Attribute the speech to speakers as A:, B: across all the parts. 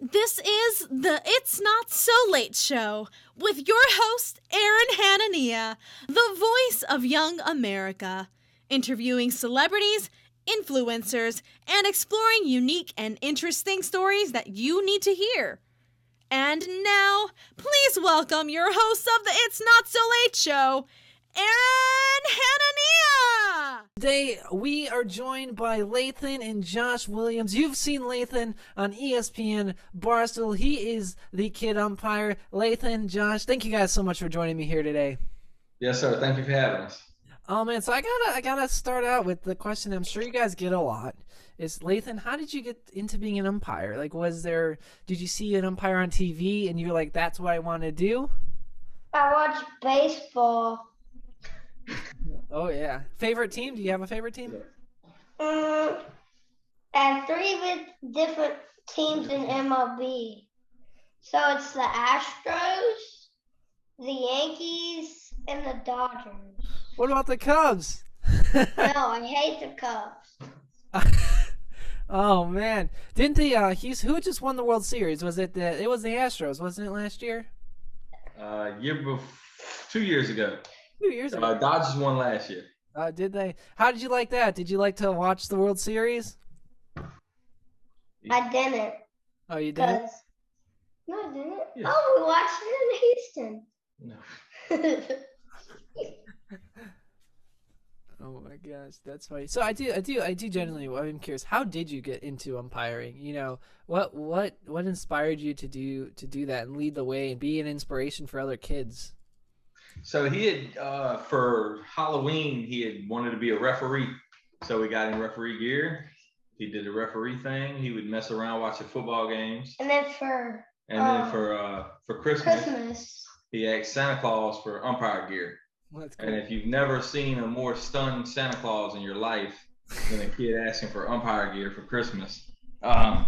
A: This is the It's Not So Late show with your host, Aaron Hanania, the voice of young America, interviewing celebrities, influencers, and exploring unique and interesting stories that you need to hear. And now, please welcome your host of the It's Not So Late show, Aaron Hanania!
B: Today, we are joined by Lathan and Josh Williams. You've seen Lathan on E ESPN Barstool. He is the kid umpire. Lathan, Josh, thank you guys so much for joining me here today.
C: Yes, sir. Thank you for having us.
B: Oh man, so I gotta I gotta start out with the question I'm sure you guys get a lot. Is Lathan, how did you get into being an umpire? Like was there did you see an umpire on TV and you're like, that's what I wanna do?
D: I watch baseball.
B: Oh yeah. Favorite team? Do you have a favorite team?
D: Mm, and three with different teams in MLB. So it's the Astros, the Yankees, and the Dodgers.
B: What about the Cubs?
D: No, I hate the Cubs.
B: oh man. Didn't the uh Hughes who just won the World Series? Was it the it was the Astros, wasn't it last year?
C: Uh, year before, two years ago,
B: Two years ago.
C: uh, Dodgers won last year.
B: Uh, did they? How did you like that? Did you like to watch the World Series?
D: I didn't.
B: Oh, you did.
D: Cause... No, I didn't.
C: Yeah.
D: Oh, we watched
C: No.
D: it in Houston.
B: Oh my gosh, that's funny. So I do, I do, I do. Generally, I'm curious. How did you get into umpiring? You know, what, what, what inspired you to do to do that and lead the way and be an inspiration for other kids?
C: So he had uh, for Halloween he had wanted to be a referee. So we got him referee gear. He did the referee thing. He would mess around watching football games,
D: and then for
C: and then
D: Oh.
C: for uh, for Christmas
D: Christmas,
C: he asked Santa Claus for umpire gear.
B: Well, that's
C: And
B: cool.
C: if you've never seen a more stunned Santa Claus in your life than a kid asking for umpire gear for Christmas, um,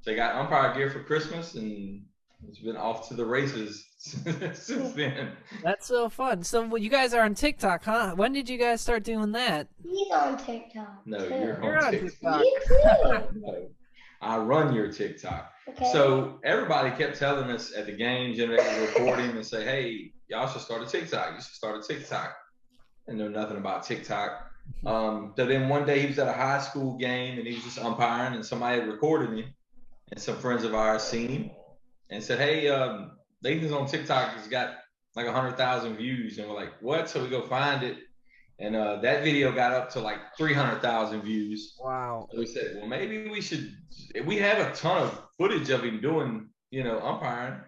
C: so he got umpire gear for Christmas and. It's been off to the races since then.
B: That's so fun. So well, you guys are on TikTok, huh? When did you guys start doing that?
D: he's on TikTok.
C: No,
D: too.
C: you're
B: You're on
C: on
B: TikTok.
C: TikTok.
D: You too.
C: No, I run your TikTok.
D: Okay.
C: So everybody kept telling us at the games and they were recording and say, hey, y'all should start a TikTok. You should start a TikTok. And know nothing about TikTok. Um, so then one day he was at a high school game and he was just umpiring and somebody had recorded him and some friends of ours seen him and said, hey, um, Nathan's on TikTok has got like 100,000 views. And we're like, what? So we go find it. And uh, that video got up to like 300,000 views.
B: Wow.
C: So we said, well, maybe we should. We have a ton of footage of him doing, you know, umpiring.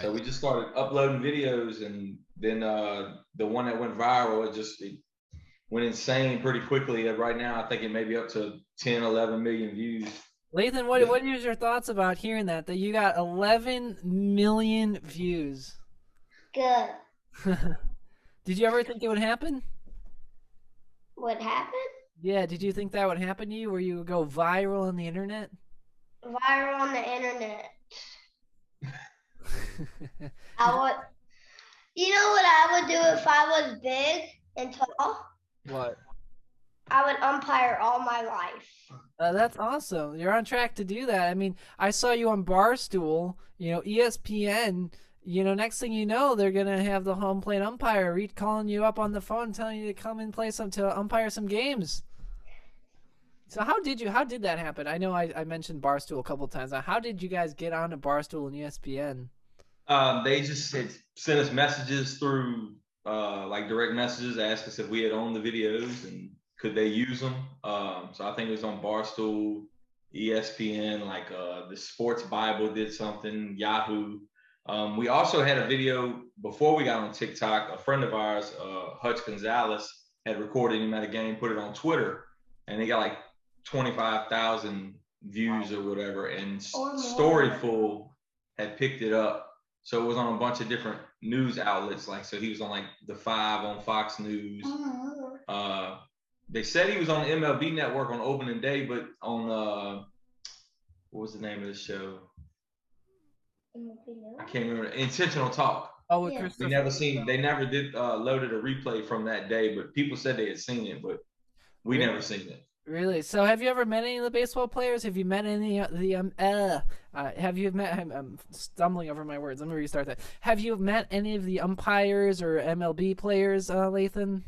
C: So we just started uploading videos, and then uh, the one that went viral, it just it went insane pretty quickly. Uh, Right now, I think it may be up to 10, 11 million views.
B: Lathan, what what is your thoughts about hearing that? That you got 11 million views.
D: good.
B: did you ever think it would happen?
D: What happened?
B: Yeah, did you think that would happen to you where you would go viral on the internet?
D: Viral on the internet. I would. You know what I would do if I was big and tall?
B: what?
D: I would umpire all my life.
B: Uh, that's awesome. You're on track to do that. I mean, I saw you on Barstool, you know, E ESPN. You know, next thing you know, they're gonna have the home plate umpire re- calling you up on the phone, telling you to come and play some to umpire some games. So how did you? How did that happen? I know I, I mentioned Barstool a couple times. Now, How did you guys get onto Barstool and E ESPN?
C: Um, they just had sent us messages through uh, like direct messages, asked us if we had owned the videos and could they use them. Um, so I think it was on Barstool, E ESPN, like uh, the Sports Bible did something, Yahoo. Um, we also had a video before we got on TikTok. A friend of ours, uh, Hutch Gonzalez, had recorded him at a game, put it on Twitter, and they got like 25,000 views or whatever. And
D: Or more.
C: Storyful had picked it up so it was on a bunch of different news outlets. Like, so he was on like the Five on Fox News.
D: Oh.
C: Uh, they said he was on the MLB Network on opening day, but on uh, what was the name of the show?
D: Mm,
C: I can't remember. Intentional Talk.
B: Oh, with
D: Yeah. We
B: Christopher
C: We never
B: Lee.
C: seen. They never did uh, loaded a replay from that day, but people said they had seen it, but we never seen it.
B: Really? So, have you ever met any of the baseball players? Have you met any of the um? Uh, uh, have you met? I'm, I'm stumbling over my words. Let me restart that. Have you met any of the umpires or MLB players, uh, Lathan?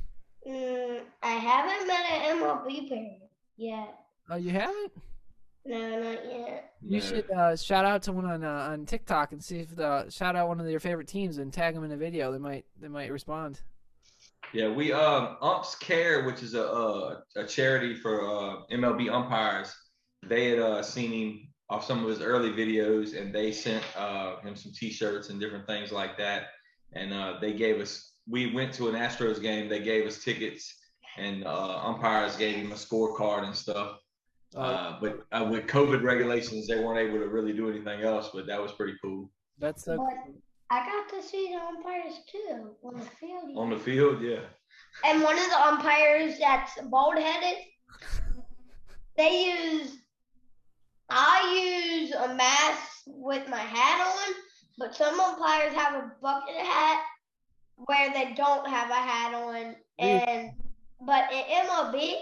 D: Mm, I haven't met an MLB player yet.
B: Oh, you haven't.
D: No, not yet.
B: You
C: No.
B: should uh, shout out someone on uh, on TikTok and see if the shout out one of your favorite teams and tag them in a video. They might they might respond.
C: Yeah, we um Umps Care, which is a uh, a charity for uh, MLB umpires. They had uh, seen him off some of his early videos, and they sent uh, him some T-shirts and different things like that. And uh, they gave us. We went to an Astros game. They gave us tickets, and uh, umpires gave him a scorecard and stuff.
B: Uh,
C: Uh, but uh, with COVID regulations, they weren't able to really do anything else. But that was pretty cool
B: that's so.
D: but I got to see the umpires too on the field.
C: on the field. Yeah.
D: and one of the umpires that's bald headed, they use I use a mask with my hat on, but some umpires have a bucket hat where they don't have a hat on and but in MLB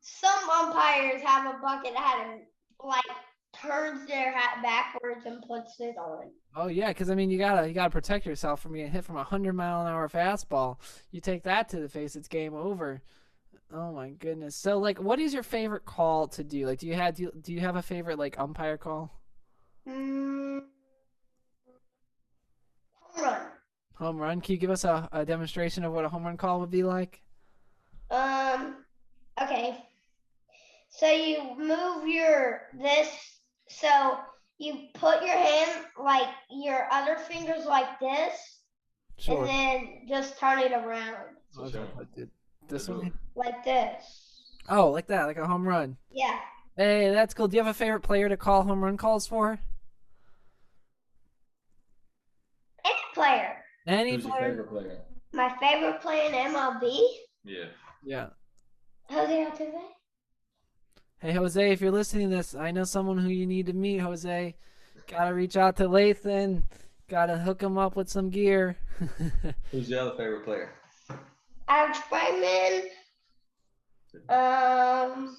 D: some umpires have a bucket hat and like turns their hat backwards and puts it on.
B: Oh yeah, because I mean you gotta you gotta protect yourself from getting hit from a hundred mile an hour fastball. You take that to the face, it's game over. Oh my goodness. So like, what is your favorite call to do? Like, do you have do you, do you have a favorite like umpire call?
D: Mm. Home run.
B: Home run? Can you give us a, a demonstration of what a home run call would be like?
D: Um, okay. So you move your this. So you put your hand like your other fingers like this,
B: Sure.
D: and then just turn it around
B: Oh, that- This one.
D: like this.
B: Oh, like that, like a home run.
D: Yeah.
B: Hey, that's cool. Do you have a favorite player to call home run calls for?
D: Any player.
B: Any
C: Who's your
B: player?
C: favorite player?
D: My favorite player in MLB,
C: Yeah.
B: Yeah.
D: Jose Altuve.
B: Hey, Jose, if you're listening to this, I know someone who you need to meet, Jose. Gotta reach out to Lathan. Gotta hook him up with some gear.
C: Who's your other favorite player?
D: Alex Bregman. Um.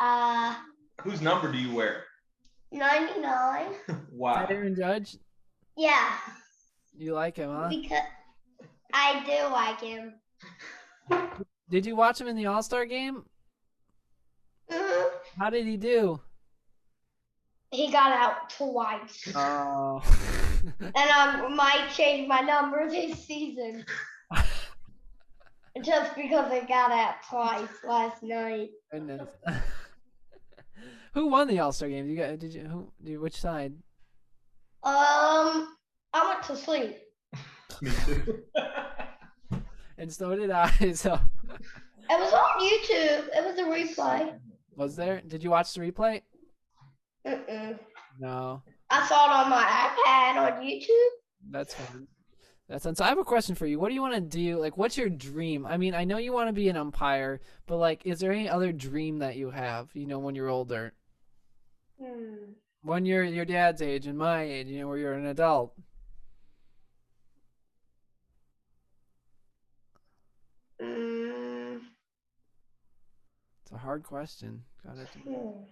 D: Uh,
C: Whose number do you wear?
D: 99.
C: Wow.
B: Aaron Judge,
D: Yeah.
B: you like him, huh?
D: Because I do like him.
B: Did you watch him in the All Star game?
D: hmm
B: How did he do?
D: He got out twice, and
B: Oh.
D: I might change my number this season just because I got out twice last night.
B: Goodness. who won the All Star game? You got? Did you? Who? Did, which side?
D: Um, I went to sleep.
C: Me too.
B: And so did I. So
D: It was on YouTube. It was a replay.
B: was there? Did you watch the replay?
D: Mm-mm.
B: No.
D: I saw it on my iPad on YouTube.
B: That's fine. That's fine. So I have a question for you. What do you want to do? Like, what's your dream? I mean, I know you want to be an umpire, but like, is there any other dream that you have? You know, when you're older,
D: Hmm.
B: when you're your dad's age and my age, you know, where you're an adult.
D: Mm.
B: It's a hard question. God, that's...
D: Hmm.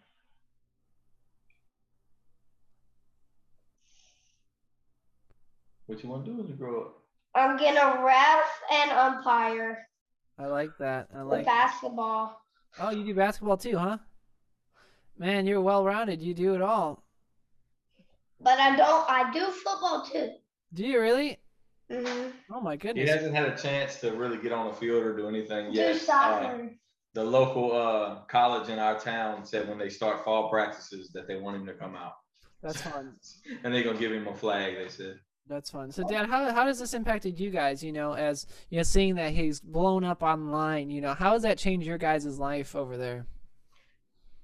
C: what you want to do when you grow up?
D: I'm gonna ref and umpire
B: I like that. I
D: with
B: like.
D: basketball.
B: Oh, you do basketball too, huh? Man, you're well rounded. You do it all.
D: But I don't. I do football too.
B: Do you really?
C: Mm-hmm.
D: hmm
B: Oh my
C: He
B: goodness.
C: hasn't had a chance to really get on the field or do anything yet. Uh,
D: Do soccer.
C: the local uh, college in our town said when they start fall practices that they want him to come out,
B: That's fun.
C: and they're gonna give him a flag. They said.
B: That's fun. So, Dad, how how has this impacted you guys? You know, as you know, seeing that he's blown up online. You know, how has that changed your guys' life over there?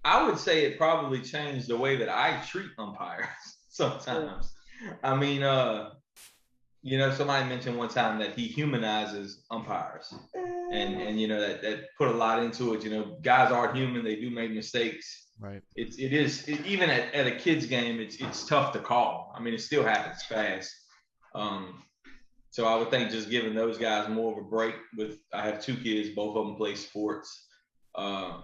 C: I would say it probably changed the way that I treat umpires sometimes. I mean, uh, you know, somebody mentioned one time that he humanizes umpires.
D: Mm-hmm.
C: and and you know that that put a lot into it. You know, guys are human; they do make mistakes.
B: Right.
C: It's it is it, even at, at a kids game, it's it's tough to call. I mean, it still happens fast. Um, So I would think just giving those guys more of a break. With I have two kids, both of them play sports. Um,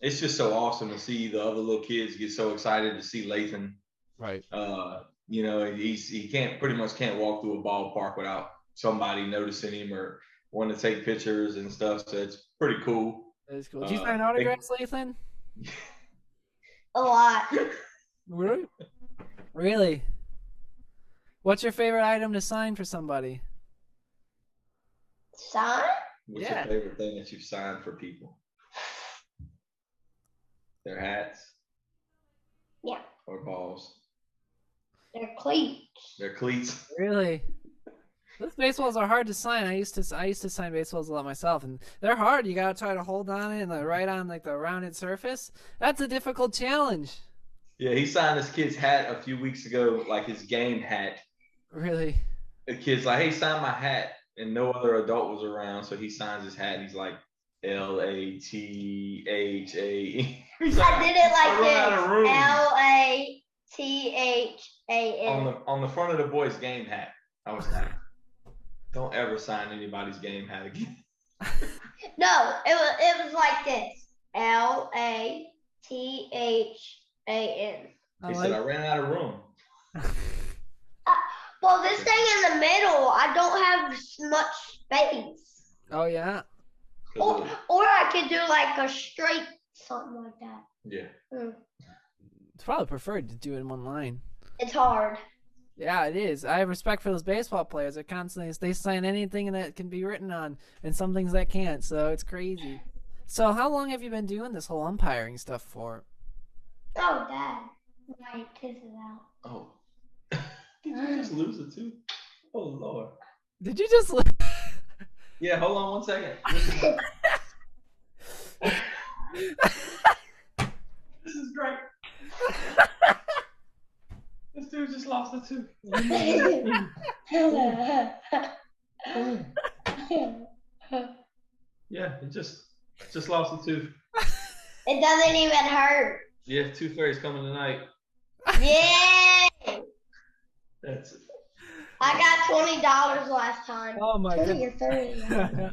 C: it's just so awesome to see the other little kids get so excited to see Lathan.
E: Right.
C: Uh, you know, he's he can't pretty much can't walk through a ballpark without somebody noticing him or wanting to take pictures and stuff. So it's pretty cool.
B: That's cool. Do you
C: Uh,
B: sign
C: they-
B: autographs, Lathan?
D: a lot.
B: Really? Really? What's your favorite item to sign for somebody?
D: Son?
C: What's
B: Yeah.
C: your favorite thing that you've signed for people? Their hats.
D: Yeah.
C: Or balls.
D: They're cleats.
C: Their cleats.
B: Really? Those baseballs are hard to sign. I used to I used to sign baseballs a lot myself, and they're hard. You gotta try to hold on it and like, right on like the rounded surface. That's a difficult challenge.
C: Yeah, he signed this kid's hat a few weeks ago, like his game hat.
B: Really?
C: The kid's like, hey, sign my hat. And no other adult was around. So he signs his hat and he's like, L A T H A. E. He's
D: I did it like
C: I run out of room.
D: this. L A T H A
C: on
D: N.
C: the on the front of the boy's game hat. I was like, don't ever sign anybody's game hat again.
D: No, it was it was like this. L A T H A N.
B: I
C: He
B: like-
C: said, I ran out of room.
D: Well, this thing in the middle, I don't have s- much space.
B: oh yeah.
C: 'Cause
B: Oh.
D: Or,
C: of-
D: or I could do like a straight something like that.
C: yeah.
D: Mm,
B: It's probably preferred to do it in one line.
D: It's hard.
B: Yeah, it is. I have respect for those baseball players. They're constantly they sign anything that can be written on, and some things that can't. So it's crazy. So how long have you been doing this whole umpiring stuff for?
D: Oh, Dad, my kiss is out.
C: Oh. Did you just lose it too? Oh Lord.
B: Did you just?
C: Yeah, hold on one second. this is great. this dude just lost it too.
D: it
C: yeah, he just just lost the tooth.
D: doesn't even hurt.
C: Yeah, two fairies coming tonight.
D: Yay!
C: That's
D: I got twenty dollars last time.
B: Oh my
D: Twenty
B: goodness.
D: or thirty.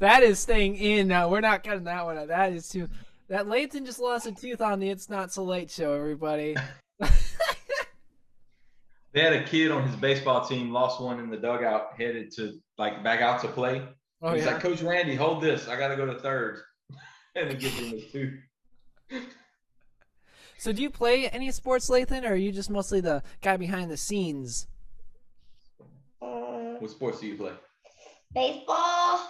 B: that is staying in. No, we're not cutting that one out. That is too. That Layton just lost a tooth on the It's Not So Late show, everybody.
C: They had a kid on his baseball team, lost one in the dugout, headed to like back out to play.
B: Oh,
C: He's
B: yeah.
C: like, Coach Randy, hold this. I gotta go to third. and he gives him his tooth.
B: So, do you play any sports, Lathan, or are you just mostly the guy behind the scenes?
D: Mm,
C: What sports do you play?
D: baseball,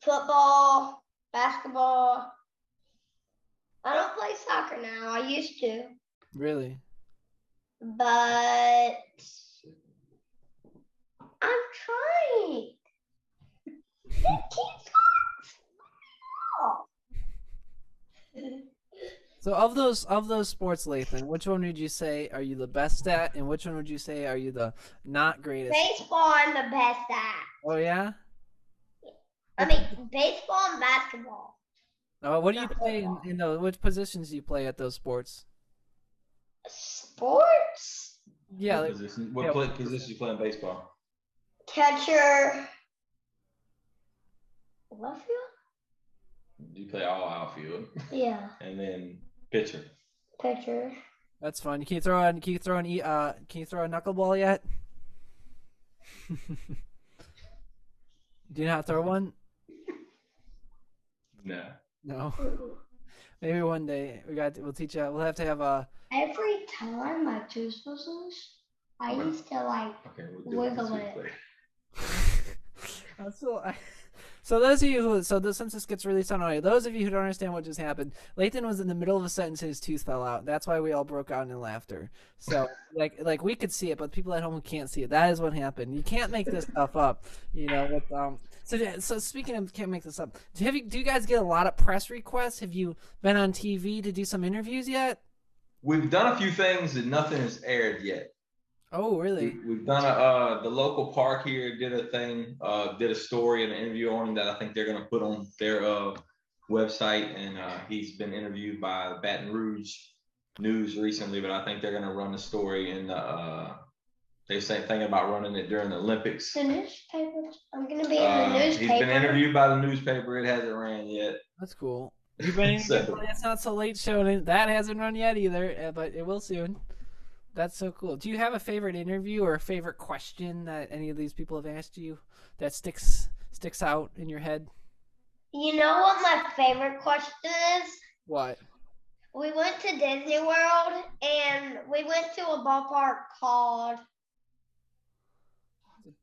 D: football, basketball. I don't play soccer now. I used to,
B: Really?
D: but I'm trying. It keeps on.
B: So, of those of those sports, Lathan, which one would you say are you the best at, and which one would you say are you the not greatest?
D: Baseball, I'm the best at.
B: Oh yeah.
D: I mean, baseball and basketball.
B: Oh, what do you play in, in those? Which positions do you play at those sports?
D: Sports?
B: Yeah,
C: What
B: like,
C: position? What
B: yeah.
C: play, position you play in baseball?
D: Catcher. Left field?
C: You play all outfield,
D: Yeah,
C: and then pitcher.
D: pitcher.
B: that's fun. Can you throw on? Can you throw an? e- Uh, can you throw a knuckleball yet? do you know how to throw one?
C: No.
B: No. Maybe one day we got. We'll teach you. We'll have to have a.
D: Every time I do puzzles, I used to like,
C: Okay, we'll do it.
D: Wiggle
C: this week
D: it.
C: later.
B: I'm still- I- So those of you who so this, since this gets released on audio, those of you who don't understand what just happened, Lathan was in the middle of a sentence and his tooth fell out. That's why we all broke out in laughter. So like like we could see it, but people at home who can't see it, that is what happened. You can't make this stuff up, you know. With, um, so yeah, so speaking of can't make this up, do you, do you guys get a lot of press requests? Have you been on TV to do some interviews yet?
C: We've done a few things that nothing has aired yet.
B: Oh really?
C: We, we've done a uh, the local park here did a thing, uh, did a story and an interview on him that I think they're gonna put on their uh, website, and uh, he's been interviewed by the Baton Rouge News recently, but I think they're gonna run the story in the uh, They say thinking about running it during the Olympics.
D: The newspaper. I'm gonna be in the
C: Uh, he's
D: newspaper.
C: been interviewed by the newspaper. It hasn't ran yet.
B: That's cool. You've been
C: So-
B: in It's Not So Late show, and that hasn't run yet either, uh, but it will soon. That's so cool. Do you have a favorite interview or a favorite question that any of these people have asked you that sticks sticks out in your head?
D: You know what my favorite question is?
B: What?
D: We went to Disney World and we went to a ballpark called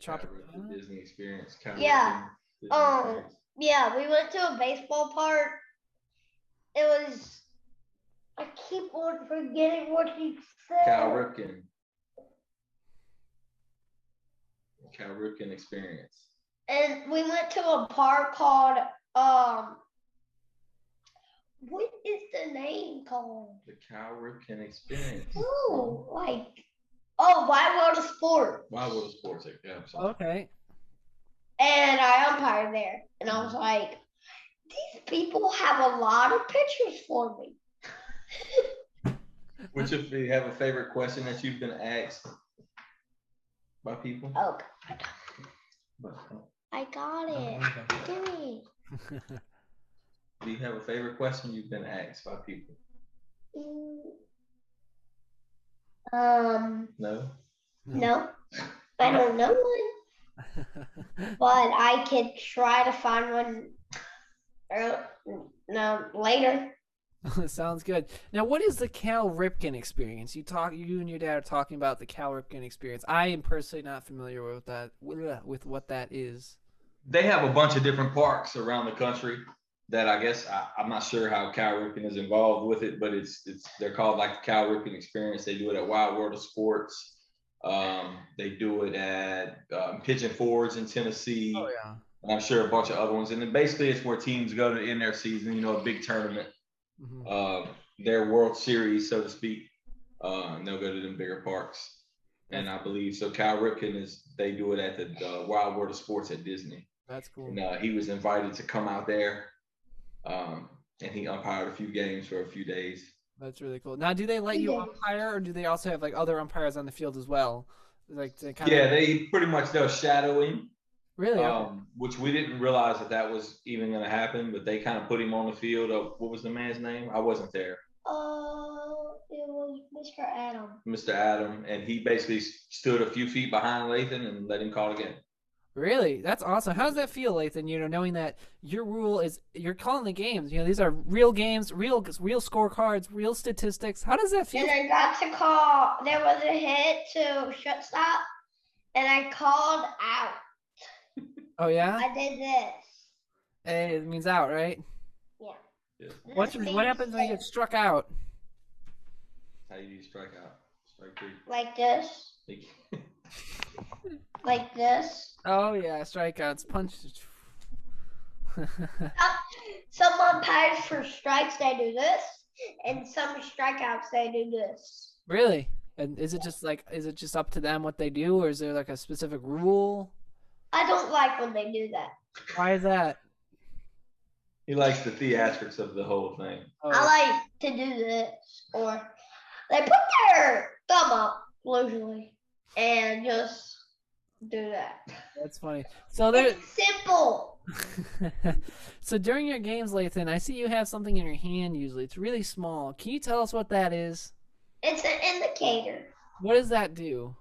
B: Tropic-
C: Kind of a Disney experience. Kind
D: Yeah.
C: Of a
D: Um,
C: Disney experience.
D: Yeah, we went to a baseball park. It was I keep on forgetting what he said.
C: Cal Ripken. Cal Ripken experience.
D: and we went to a park called um what is the name called?
C: The Cal Ripken experience.
D: Ooh, like oh Wide World of Sport.
C: Why would a sports like yeah, I'm sorry.
B: Okay.
D: And I umpired there. And I was like, these people have a lot of pictures for me.
C: Which if you have a favorite question that you've been asked by people?
D: Oh I got it.
C: Uh-huh.
D: Give me.
C: Do you have a favorite question you've been asked by people?
D: Um
C: No?
D: no. I don't know one. But I could try to find one ear- no, later.
B: Sounds good. Now, what is the Cal Ripken experience? You talk, you and your dad are talking about the Cal Ripken experience. I am personally not familiar with that, with what that is.
C: They have a bunch of different parks around the country that I guess I, I'm not sure how Cal Ripken is involved with it, but it's it's they're called like the Cal Ripken experience. They do it at Wild World of Sports. Um, they do it at um, Pigeon Forge in Tennessee.
B: Oh, yeah.
C: and I'm sure a bunch of other ones. And then basically, it's where teams go to end their season. You know, a big tournament.
B: hmm
C: uh, their World Series, so to speak. Uh, and they'll go to them bigger parks. And I believe so. Cal Ripken is they do it at the uh, Wild World of Sports at Disney.
B: That's cool.
C: And uh, he was invited to come out there, um, and he umpired a few games for a few days.
B: That's really cool. Now, do they let you
D: Yeah.
B: umpire, or do they also have like other umpires on the field as well? Like to kind
C: Yeah,
B: of
C: they pretty much they'll shadow him,
B: really.
C: um, which we didn't realize that that was even going to happen. But they kind of put him on the field. Of what was the man's name? I wasn't there.
D: Uh, it was Mr. Adam.
C: Mr. Adam, and he basically s- stood a few feet behind Lathan and let him call again.
B: Really, that's awesome. How does that feel, Lathan? You know, knowing that your rule is you're calling the games. You know, these are real games, real real scorecards, real statistics. How does that feel?
D: And I got to call. There was a hit to shortstop, and I called out.
B: oh yeah,
D: I did this.
B: hey, it means out, right? What
D: Nothing
B: what happens when you get
D: said.
B: struck out?
C: How you do strike out? Strike three.
D: like this? Like this?
B: Oh yeah, strikeouts, punches.
D: Some umpires for strikes they do this, and some strikeouts they do this.
B: really? And is it just like is it just up to them what they do, or is there like a specific rule?
D: I don't like when they do that.
B: Why is that?
C: He likes the theatrics of the whole thing.
B: Oh,
D: I like to do this, or they put their thumb up usually and just do that.
B: that's funny. So there,
D: It's simple.
B: so during your games, Lathan, I see you have something in your hand. Usually, it's really small. Can you tell us what that is?
D: It's an indicator.
B: What does that do?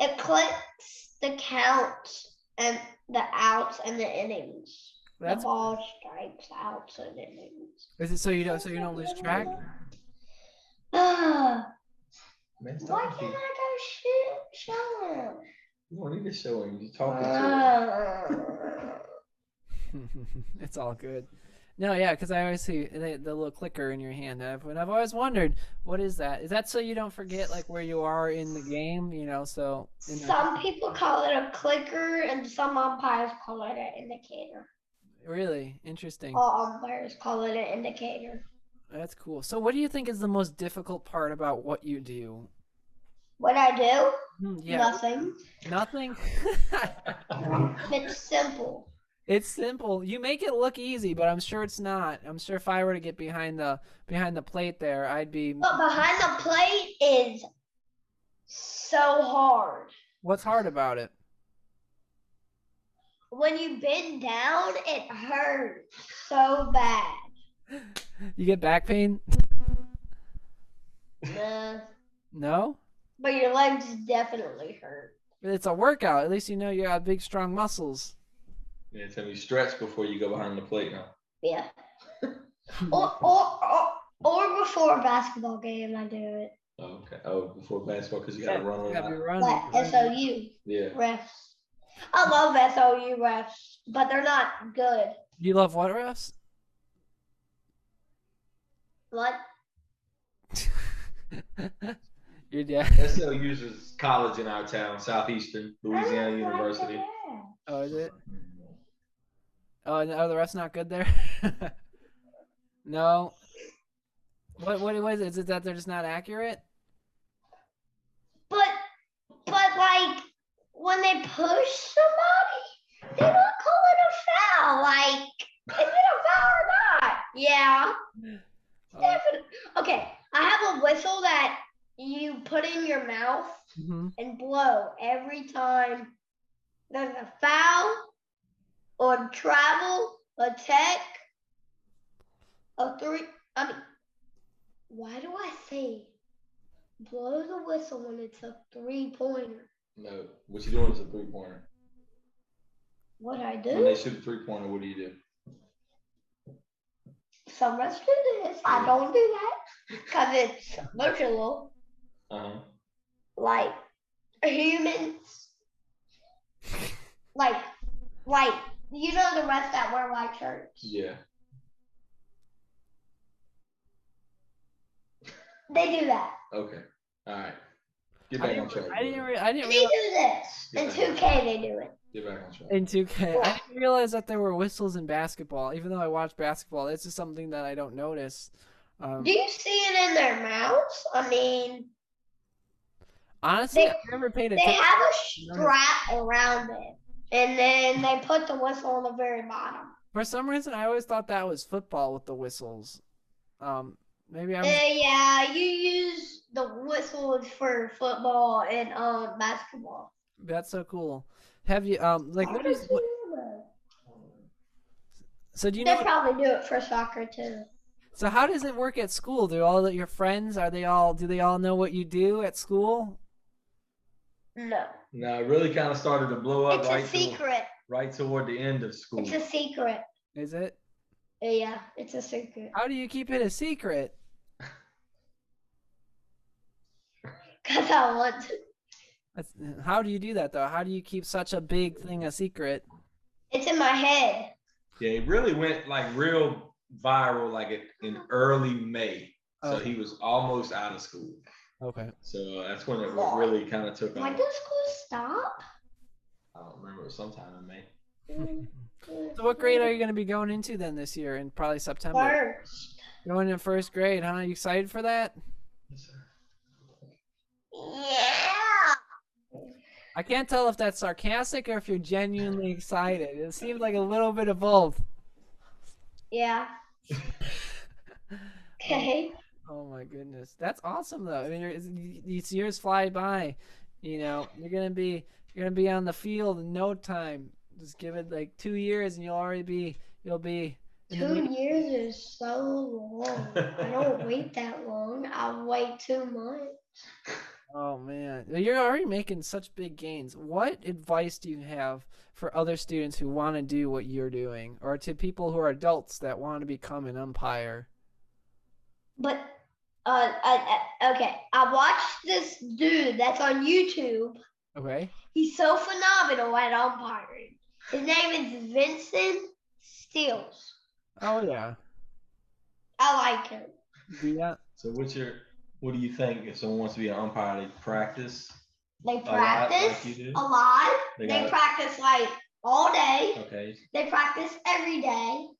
D: It clicks the counts and the outs and the innings.
B: That's
D: the ball strikes outs and innings.
B: is it so you don't so you don't lose track?
D: Ah,
C: Man, stop
D: Why
C: the
D: can't
C: heat.
D: I go shoot, show him?
C: You don't need to show him. You're talking
D: Uh.
C: to him.
D: Ah.
B: it's all good. No, yeah, because I always see the, the little clicker in your hand. I've, and I've always wondered, what is that? Is that so you don't forget like where you are in the game? You know, so in the-
D: Some people call it a clicker, and some umpires call it an indicator.
B: really interesting.
D: All umpires call it an indicator.
B: That's cool. So, what do you think is the most difficult part about what you do?
D: What I do?
B: Hmm, Yeah,
D: Nothing.
B: nothing.
D: It's simple.
B: It's simple. You make it look easy, but I'm sure it's not. I'm sure if I were to get behind the behind the plate there, I'd be
D: But behind the plate is so hard.
B: What's hard about it?
D: When you bend down, it hurts so bad.
B: You get back pain?
D: Nah,
B: No?
D: but your legs definitely hurt.
B: It's a workout. At least you know you got big, strong muscles.
C: Yeah, tell me stretch before you go behind the plate now.
D: Yeah. or, or or or before a basketball game, I do it.
C: Oh, okay. Oh, before basketball because you got to run on
B: Have you
C: that.
B: run?
D: Like SOU
C: Yeah.
D: refs. I love SOU refs, but they're not good.
B: You love what refs?
D: What?
B: Your dad.
C: SL uses college in our town, Southeastern Louisiana University.
B: Oh, is it? Oh, no, the ref's not good there? no. What, what was it? Is it that they're just not accurate?
D: But but like when they push somebody, they don't call it a foul. Like is it a foul or not? Yeah.
B: Oh,
D: definite- Okay. I have a whistle that you put in your mouth
B: mhm.
D: and blow every time there's a foul or travel, a tech, a three. I mean, why do I say blow the whistle when it's a three pointer?
C: No, what you doing is a three pointer.
D: What I
C: When they
D: do?
C: shoot a three pointer, what do you do?
D: Some of us do this. I don't do that because it's emotional.
C: Uh huh.
D: Like humans, like, like you know the rest that wear white shirts.
C: Yeah.
D: They do that.
C: Okay. All right. Get
B: I
C: back on
B: didn't,
C: track.
B: I didn't,
C: bro.
B: re- I
D: They
B: didn't
D: do
B: realize.
D: this. In 2K, they do it.
C: Get back on track.
B: In 2K, I didn't realize that there were whistles in basketball. Even though I watch basketball, it's just something that I don't notice. Um,
D: Do you see it in their mouths? I mean,
B: honestly,
D: they-
B: I've never paid
D: they
B: attention.
D: have a strap around it, and then they put the whistle on the very bottom.
B: For some reason, I always thought that was football with the whistles. Um, maybe I'm.
D: Uh, yeah, you use the whistle for football and um basketball.
B: That's so cool. Have you um like what is? What, so do you
D: they
B: know?
D: probably do it for soccer too.
B: So how does it work at school? Do all of your friends are they all? Do they all know what you do at school?
D: No,
C: No, it really kind of started to blow up
D: it's
C: right,
D: a
C: to,
D: secret.
C: right toward the end of school.
D: It's a secret. Uh,
B: Is it?
D: Yeah, it's a secret.
B: How do you keep it a secret?
D: Cause I want to.
B: That's, how do you do that though? How do you keep such a big thing a secret?
D: It's in my head.
C: Yeah, it really went like real viral like it- in early May. So
B: Okay.
C: he was almost out of school.
B: Oh, Okay.
C: So uh, that's when it was really kind of took
D: When
C: off.
D: does school stop?
C: I don't remember, sometime in May.
B: So what grade are you going to be going into then this year in probably September?
D: First.
B: Going in first grade, huh? You excited for that?
C: Yes, sir.
D: Yeah.
B: I can't tell if that's sarcastic or if you're genuinely excited. It seemed like a little bit of both.
D: Yeah. Okay.
B: Oh my goodness, that's awesome though. I mean, you're, it's- these years fly by. You know, you're gonna be you're gonna be on the field in no time. Just give it like two years, and you'll already be you'll be. in the
D: Two years is so long. I don't wait that long. I wait two months.
B: Oh man, you're already making such big gains. What advice do you have for other students who want to do what you're doing, or to people who are adults that want to become an umpire?
D: But uh, uh, uh, okay. I watched this dude that's on YouTube.
B: Okay.
D: He's so phenomenal at umpiring. His name is Vincent Steels.
B: Oh yeah.
D: I like him.
B: Yeah.
C: So what's your what do you think if someone wants to be an umpire, they practice?
D: They
C: lot, like
D: practice
C: you do?
D: a lot.
C: They
D: They
C: got-
D: practice like all day.
C: okay.
D: They practice every day.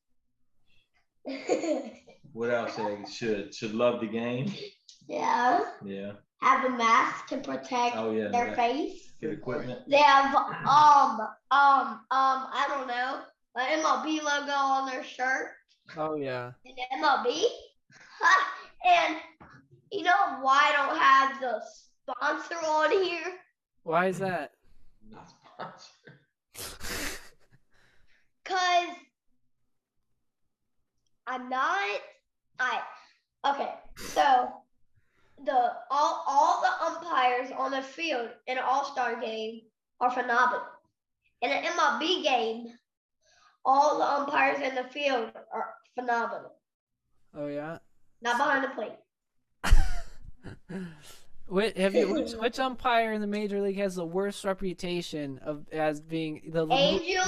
C: What else they should should love the game?
D: yeah.
C: Yeah.
D: Have a mask to protect
C: Oh yeah.
D: their
C: right.
D: face.
C: Get equipment.
D: They have um um um I don't know an MLB logo on their shirt.
B: Oh yeah.
D: An MLB. and you know why I don't have the sponsor on here.
B: Why is that?
C: Not sponsored.
D: Cause I'm not. I okay. So the all all the umpires on the field in an All Star game are phenomenal. In an MLB game, all the umpires in the field are phenomenal.
B: Oh yeah.
D: Not behind the plate.
B: Which, have you, which, which umpire in the major league has the worst reputation of as being the
D: Angel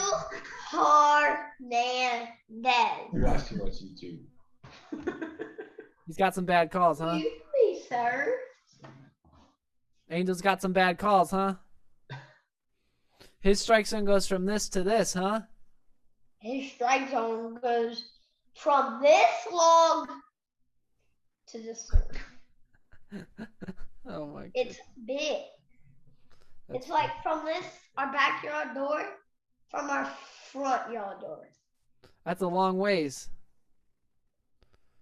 D: Hernandez.
C: You watch too much YouTube.
B: he's got some bad calls, huh?
D: Excuse me, sir.
B: Angel's got some bad calls, huh? His strike zone goes from this to this, huh?
D: His strike zone goes from this log to this one.
B: Oh my god.
D: It's big. It's like from this our backyard door from our front yard door.
B: That's a long ways.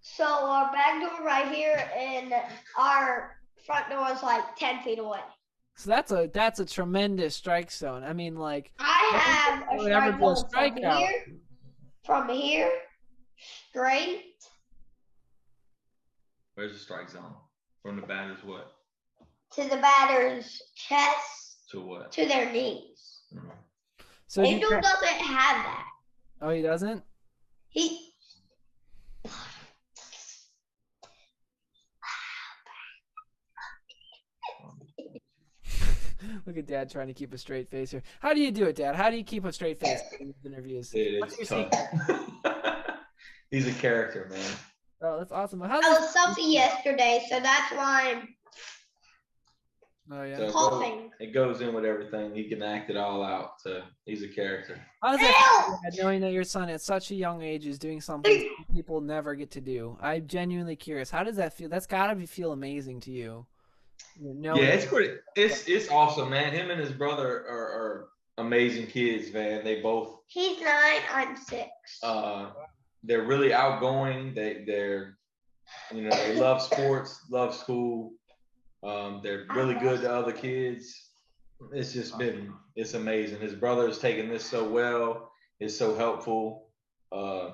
D: So our back door right here and our front door is like ten feet away.
B: So that's a that's a tremendous strike zone. I mean, like
D: I have a
B: Well, that
D: strike zone
B: was a
D: from
B: strikeout.
D: here, from here, straight
C: Where's the strike zone? From the batter's what?
D: to the batter's chest
C: To what?
D: to their knees.
C: Mhm.
B: so. do you
D: Angel
B: ca-
D: doesn't have that.
B: oh, he doesn't.
D: He
B: Look at Dad trying to keep a straight face here. How do you do it, Dad? How do you keep a straight face in these interviews?
C: It
B: What's
C: is
B: your
C: tough. He's a character, man.
B: Oh, that's awesome. How
D: I
B: does?
D: was selfie yesterday, so that's why I'm
B: Oh yeah.
C: So-
D: coughing.
C: It goes in with everything. He can act it all out. So he's a character.
B: How does that feel,
D: Help!
B: Dad, knowing that your son at such a young age is doing something some people never get to do? I'm genuinely curious. How does that feel? That's gotta be feel amazing to you. You know.
C: yeah, it's pretty. It's it's awesome, man. Him and his brother are, are amazing kids, man. They both
D: He's nine, I'm six.
C: uh, they're really outgoing. They they're you know they love sports, love school. Um, they're really good to other kids. It's just been it's amazing. His brother is taking this so well. It's so helpful. Uh,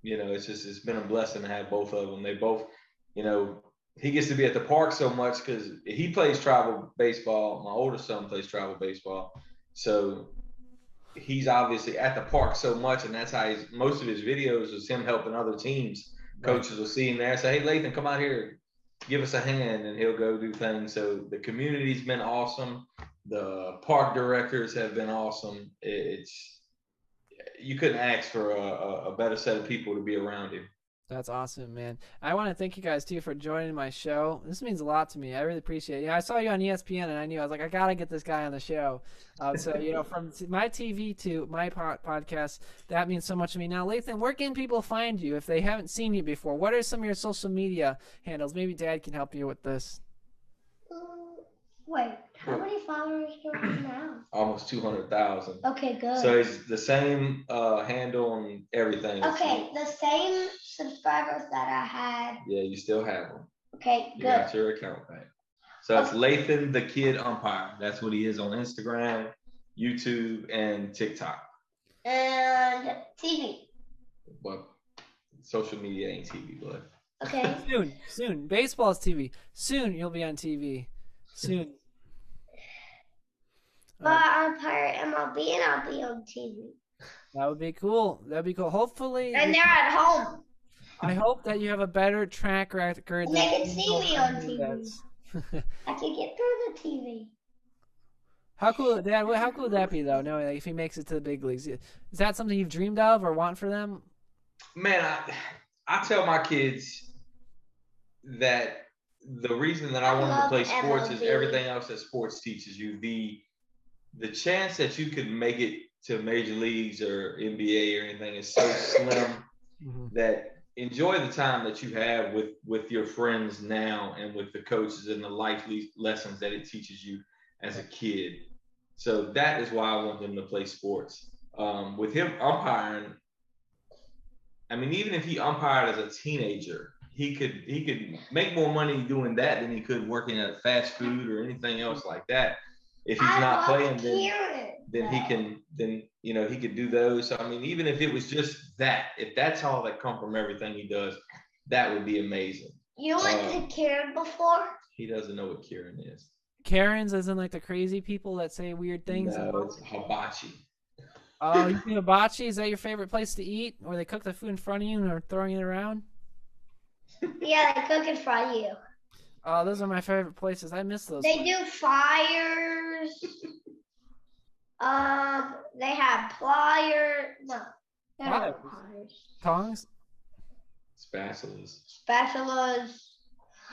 C: you know, it's just it's been a blessing to have both of them. They both, you know, he gets to be at the park so much because he plays travel baseball. My older son plays travel baseball, so he's obviously at the park so much, and that's how he's most of his videos is him helping other teams. Coaches will see him there, say, "Hey, Lathan, come out here, give us a hand," and he'll go do things. So the community's been awesome. The park directors have been awesome. It's you couldn't ask for a, a, a better set of people to be around him.
B: That's awesome, man. I want to thank you guys too for joining my show. This means a lot to me. I really appreciate it. Yeah, I saw you on E ESPN, and I knew I was like, I gotta get this guy on the show. Uh, so you know, from t- my TV to my pod- podcast, that means so much to me. Now, Lathan, where can people find you if they haven't seen you before? What are some of your social media handles? Maybe Dad can help you with this.
D: Mm, Wait, how many followers do I have now?
C: Almost two hundred thousand.
D: Okay, good.
C: So it's the same uh, handle on everything.
D: okay, the same subscribers that I had.
C: Yeah, you still have them.
D: Okay,
C: You
D: good.
C: got your account back. So it's Lathan the Kid Umpire. That's what he is on Instagram, YouTube, and TikTok.
D: And TV.
C: But social media ain't TV, but
D: Okay.
B: Soon, soon, baseball's TV. Soon, you'll be on TV. Soon.
D: but I'm Pirate MLB and I'll be on TV.
B: That would be cool. That'd be cool. Hopefully,
D: And they're at home.
B: I hope that you have a better track record.
D: And
B: than
D: they can see me on TV.
B: That's-
D: I can get through the TV.
B: how cool, Dad? How cool would that be, though? Knowing like, if he makes it to the big leagues, is that something you've dreamed of or want for them?
C: man, I I tell my kids that the reason that I,
D: I
C: wanted to
D: love
C: play sports is
D: MLB.
C: everything else that sports teaches you. The the chance that you could make it to major leagues or NBA or anything is so slim.
B: Mm-hmm.
C: that enjoy the time that you have with with your friends now and with the coaches and the life le- lessons that it teaches you as a kid so that is why i want them to play sports um, with him umpiring i mean even if he umpired as a teenager he could he could make more money doing that than he could working at fast food or anything else like that. If he's
D: I
C: not
D: love
C: playing, then
D: hearing
C: then he
D: that.
C: can then you know he could do those. So, I mean, even if it was just that, if that's all that come from everything he does, that would be amazing.
D: You went
C: um,
D: to Karen before?
C: He doesn't know what Kieran is.
B: Karens, as in like the crazy people that say weird things.
C: No, it's hibachi.
B: Oh, you mean hibachi? Is that your favorite place to eat? Where they cook the food in front of you and are throwing it around?
D: Yeah, they cook it for you.
B: Oh, those are my favorite places. I miss those.
D: They do fires. um, they have pliers. No, they're not
B: Pliers?
D: pliers.
B: Tongs?
C: Spatulas.
D: Spatulas.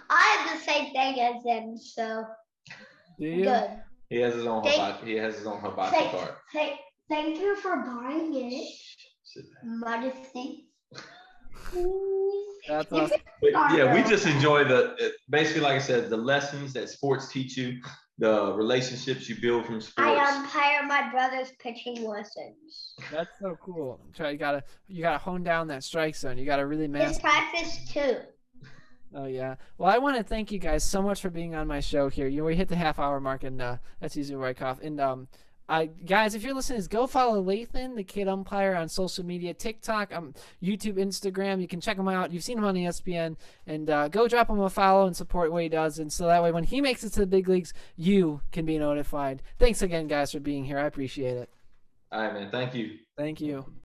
D: I have the same thing as them, so
B: Do you?
D: good.
C: He has his own
D: Thank-
C: hibachi. He has his own hibachi
D: Thank-
C: cart.
D: Hey, thank you for buying it,
C: Sit down.
D: modesty.
B: That's
D: You
B: awesome.
C: But
D: Sorry,
C: yeah, we
D: girl.
C: just enjoy the it- basically, like I said, the lessons that sports teach you, the relationships you build from
D: I um,
C: sports.
D: umpire my brother's pitching lessons.
B: That's so cool. Try you gotta you gotta hone down that strike zone. You gotta really
D: His
B: master.
D: practice too.
B: Oh yeah. Well, I want to thank you guys so much for being on my show here. You know, we hit the half hour mark, and uh, that's usually where I cough. And um, I guys, if you're listening, is go follow Lathan, the kid umpire, on social media, TikTok, um, YouTube, Instagram. You can check him out. You've seen him on E ESPN, and uh, go drop him a follow and support what he does. And so that way, when he makes it to the big leagues, you can be notified. Thanks again, guys, for being here. I appreciate it.
C: All right, man. Thank you.
B: Thank you.